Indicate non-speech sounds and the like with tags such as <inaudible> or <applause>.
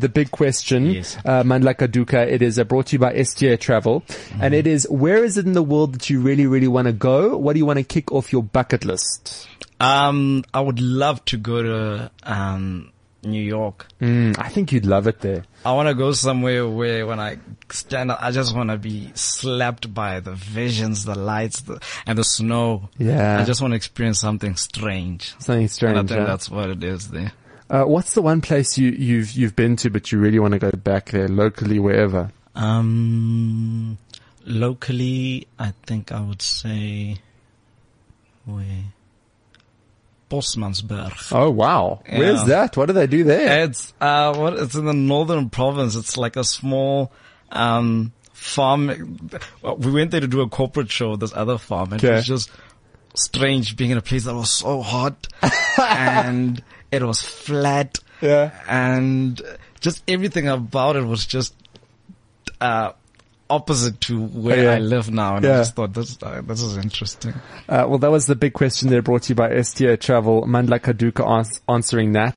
the big question, Yes. uh, Mandlaka Duka. It is uh, brought to you by STA Travel. Mm-hmm. And it is, where is it in the world that you really, really want to go? What do you want to kick off your bucket list? Um, I would love to go to um, New York. Mm, I think you'd love it there. I want to go somewhere where when I stand up, I just want to be slapped by the visions, the lights, the, and the snow. Yeah. I just want to experience something strange. Something strange. And I think huh? that's what it is there. Uh, what's the one place you, you've you've been to, but you really want to go back there, locally, wherever? Um, locally, I think I would say where Bosmansberg. Oh wow, Yeah. where's that? What do they do there? It's uh, what? It's in the northern province. It's like a small um farm. Well, We went there to do a corporate show. with This other farm, and it Okay. was just strange being in a place that was <laughs> so hot, and it was flat, Yeah. and just everything about it was just uh opposite to where Oh, Yeah. I live now. And I Yeah. just thought this uh, this is interesting. Uh, well, that was the big question there, brought to you by STA Travel. Mandla Kaduka ans- answering that.